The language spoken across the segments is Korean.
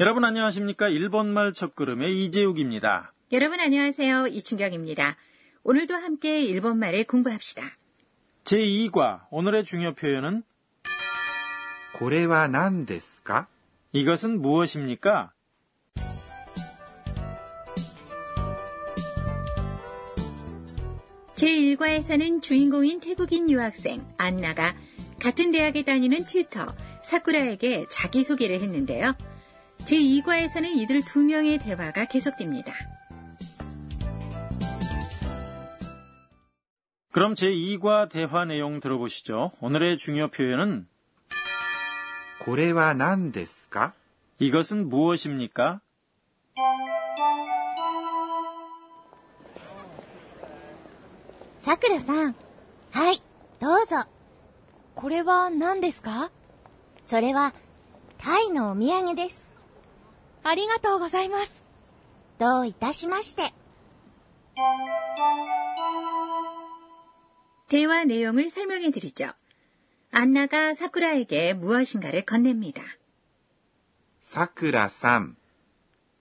여러분 안녕하십니까? 일본말 첫걸음의 이재욱입니다. 여러분 안녕하세요. 이춘경입니다. 오늘도 함께 일본말을 공부합시다. 제2과 오늘의 중요 표현은 これは何ですか 이것은 무엇입니까? 제1과에서는 주인공인 태국인 유학생 안나가 같은 대학에 다니는 튜터 사쿠라에게 자기소개를 했는데요. 제2과에서는 이들 두 명의 대화가 계속됩니다. 그럼 제2과 대화 내용 들어보시죠. 오늘의 중요 표현은 これは何ですか 이것은 무엇입니까? さくらさん。はい、どうぞ。これは何ですかそれは、タイのお土産です。ありがとうございます。どういたしまして。 대화 내용을 설명해 드리죠. 안나가 사쿠라에게 무엇인가를 건넵니다. さくらさん、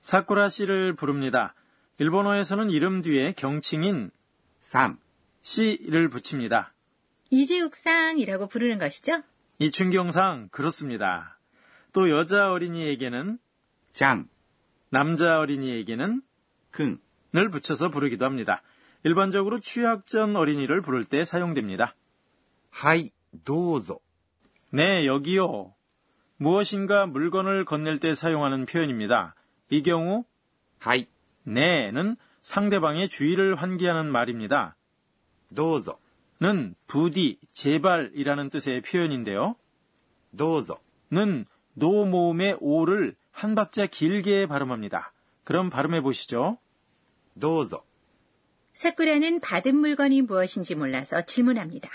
사쿠라 씨를 부릅니다. 일본어에서는 이름 뒤에 경칭인 さん、 씨를 붙입니다. 이재욱상이라고 부르는 것이죠. 이춘경상 그렇습니다. 또 여자 어린이에게는 ちゃん、 남자 어린이에게는 くん、 을 붙여서 부르기도 합니다. 일반적으로 취약 전 어린이를 부를 때 사용됩니다. はい、どうぞ。 네, 여기요. 무엇인가 물건을 건넬 때 사용하는 표현입니다. 이 경우 はい、 네는 상대방의 주의를 환기하는 말입니다. どうぞ、 는 부디, 제발이라는 뜻의 표현인데요. どうぞ。 는 노 모음의 오를 한 박자 길게 발음합니다. 그럼 발음해 보시죠. どうぞ。 사쿠라는 받은 물건이 무엇인지 몰라서 질문합니다.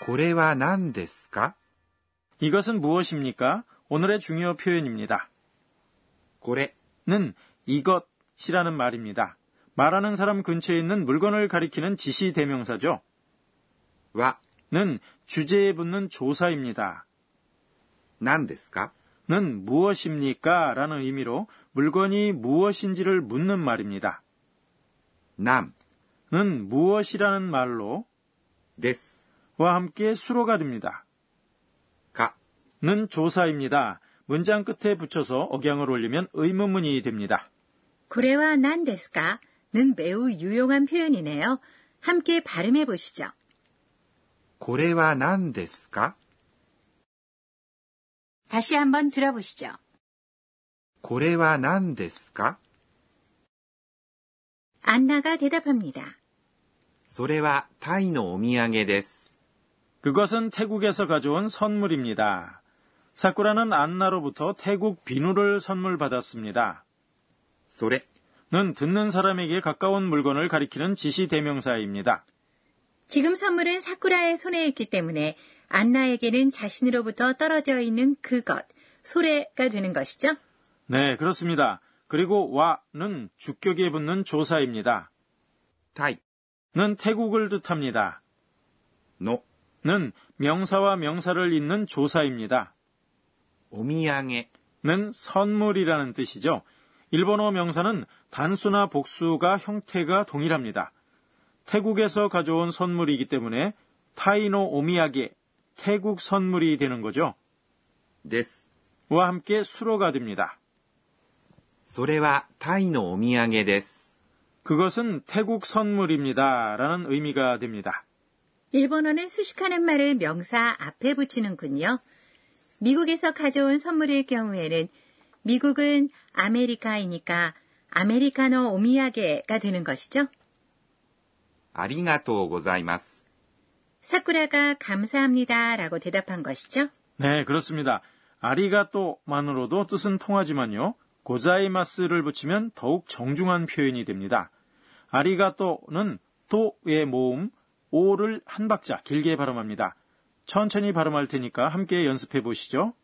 これは何ですか 이것은 무엇입니까? 오늘의 중요 표현입니다. これ、 는 이것이라는 말입니다. 말하는 사람 근처에 있는 물건을 가리키는 지시 대명사죠. は、 는 주제에 붙는 조사입니다. 何ですか 는 무엇입니까? 라는 의미로 물건이 무엇인지를 묻는 말입니다. なん 는 무엇이라는 말로 です 와 함께 수로가 됩니다. か 는 조사입니다. 문장 끝에 붙여서 억양을 올리면 의문문이 됩니다. 고래와 난 데스카는 매우 유용한 표현이네요. 함께 발음해 보시죠. これは何ですか 다시 한번 들어보시죠. これは何ですか 안나가 대답합니다. それはタイのお土産です。 그것은 태국에서 가져온 선물입니다. 사쿠라는 안나로부터 태국 비누를 선물 받았습니다. それ、 는 듣는 사람에게 가까운 물건을 가리키는 지시 대명사입니다. 지금 선물은 사쿠라의 손에 있기 때문에 안나에게는 자신으로부터 떨어져 있는 그것, 소래가 되는 것이죠. 네, 그렇습니다. 그리고 와는 주격에 붙는 조사입니다. タイ 는 태국을 뜻합니다. の 는 명사와 명사를 잇는 조사입니다. お土産 는 선물이라는 뜻이죠. 일본어 명사는 단수나 복수가 형태가 동일합니다. 태국에서 가져온 선물이기 때문에 타이노 오미야게 태국 선물이 되는 거죠. です。 와 함께 수로가 됩니다. それはタイのお土産です。 그것은 태국 선물입니다. 라는 의미가 됩니다. 일본어는 수식하는 말을 명사 앞에 붙이는군요. 미국에서 가져온 선물일 경우에는 미국은 아메리카이니까 아메리카노 오미야게가 되는 것이죠. ありがとうございます。 사쿠라가 감사합니다라고 대답한 것이죠. 네, 그렇습니다. 아리가또만으로도 뜻은 통하지만요. 고자이마스를 붙이면 더욱 정중한 표현이 됩니다. 아리가또는 또의 모음, 오를 한 박자 길게 발음합니다. 천천히 발음할 테니까 함께 연습해 보시죠.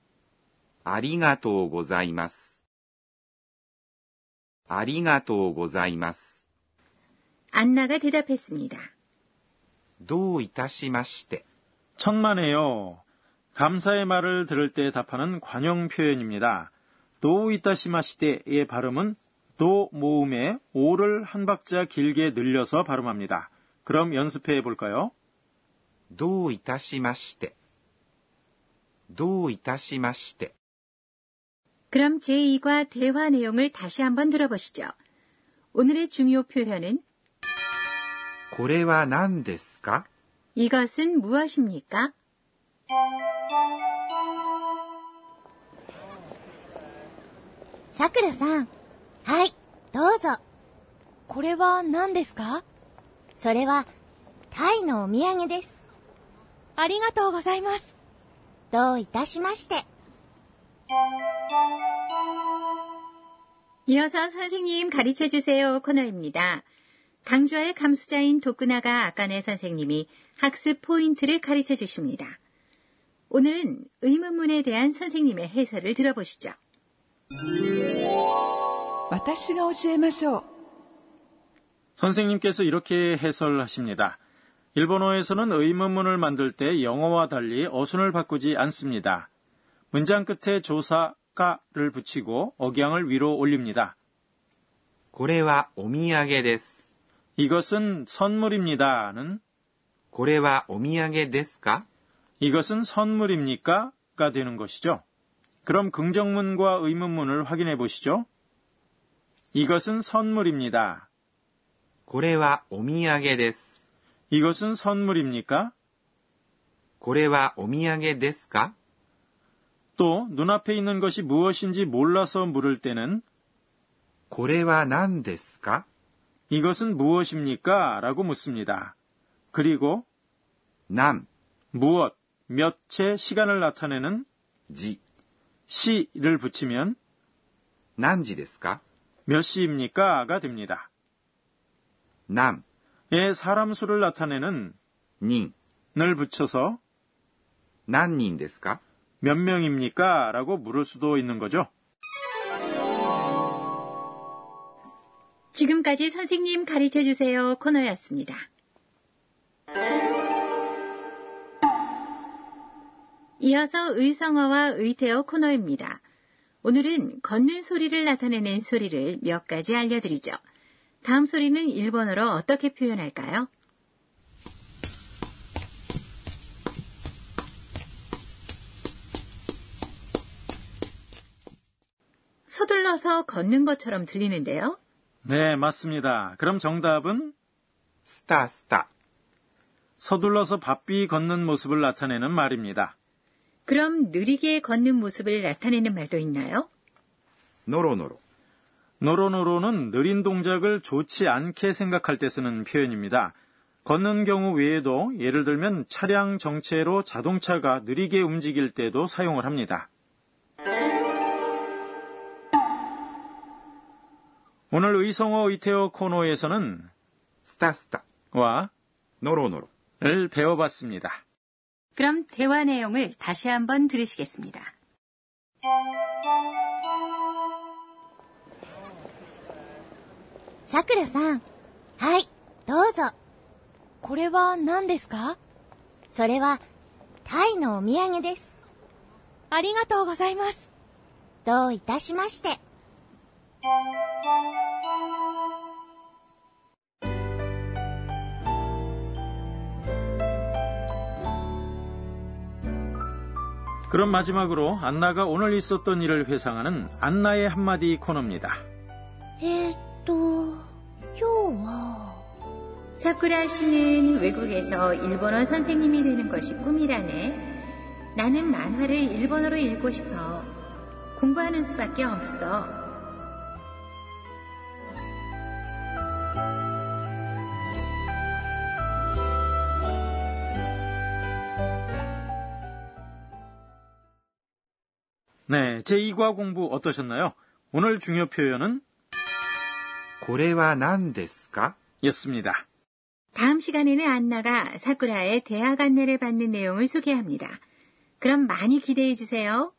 ありがとうございます。ありがとうございます。 안나가 대답했습니다. どういたしまして。 천만에요. 감사의 말을 들을 때 답하는 관용 표현입니다. どういたしまして"의 발음은 도 모음에 오를 한 박자 길게 늘려서 발음합니다. 그럼 연습해 볼까요? どういたしまして。どういたしまして。 그럼 제2과 대화 내용을 다시 한번 들어보시죠. 오늘의 중요 표현은 これは何ですか 이것은 무엇입니까? さくらさん。はい、どうぞ。これは何ですかそれは、タイのお土産です。ありがとうございます。どういたしまして。 이어서 선생님 가르쳐 주세요 코너입니다. 강좌의 감수자인 도쿠나가 아까네 선생님이 학습 포인트를 가르쳐 주십니다. 오늘은 의문문에 대한 선생님의 해설을 들어보시죠. 私が教えましょう。 선생님께서 이렇게 해설하십니다. 일본어에서는 의문문을 만들 때 영어와 달리 어순을 바꾸지 않습니다. 문장 끝에 조사가를 붙이고 억양을 위로 올립니다. これはお土産です。 이것은 선물입니다는 これはお土産ですか 이것은 선물입니까가 되는 것이죠. 그럼 긍정문과 의문문을 확인해 보시죠. 이것은 선물입니다. これはお土産です。 이것은 선물입니까? これはお土産ですか 또 눈앞에 있는 것이 무엇인지 몰라서 물을 때는 これは何ですか 이것은 무엇입니까? 라고 묻습니다. 그리고 何 무엇, 몇의 시간을 나타내는 時 시를 붙이면 何時ですか 몇 시입니까? 가 됩니다. 何 예, 사람 수를 나타내는 人 을 붙여서 何人ですか 몇 명입니까? 라고 물을 수도 있는 거죠. 지금까지 선생님 가르쳐 주세요 코너였습니다. 이어서 의성어와 의태어 코너입니다. 오늘은 걷는 소리를 나타내는 소리를 몇 가지 알려드리죠. 다음 소리는 일본어로 어떻게 표현할까요? 서둘러서 걷는 것처럼 들리는데요. 네, 맞습니다. 그럼 정답은 スタスタ 서둘러서 바삐 걷는 모습을 나타내는 말입니다. 그럼 느리게 걷는 모습을 나타내는 말도 있나요? ノロノロ 노로노로는 느린 동작을 좋지 않게 생각할 때 쓰는 표현입니다. 걷는 경우 외에도 예를 들면 차량 정체로 자동차가 느리게 움직일 때도 사용을 합니다. 오늘 의성어 의태어 코너에서는 スタスタ 와를 ノロノロ 배워봤습니다. 그럼 대화 내용을 다시 한번 들으시겠습니다. さくらさん。はい、どうぞ。これは何ですかそれは、タイのお土産です。ありがとうございます。どういたしまして。 그럼 마지막으로 안나가 오늘 있었던 일을 회상하는 안나의 한마디 코너입니다. えーっと、今日は、 사쿠라 씨는 외국에서 일본어 선생님이 되는 것이 꿈이라네. 나는 만화를 일본어로 읽고 싶어. 공부하는 수밖에 없어. 네, 제2과 공부 어떠셨나요? 오늘 중요 표현은 これは何ですか 였습니다. 다음 시간에는 안나가 사쿠라의 대학 안내를 받는 내용을 소개합니다. 그럼 많이 기대해 주세요.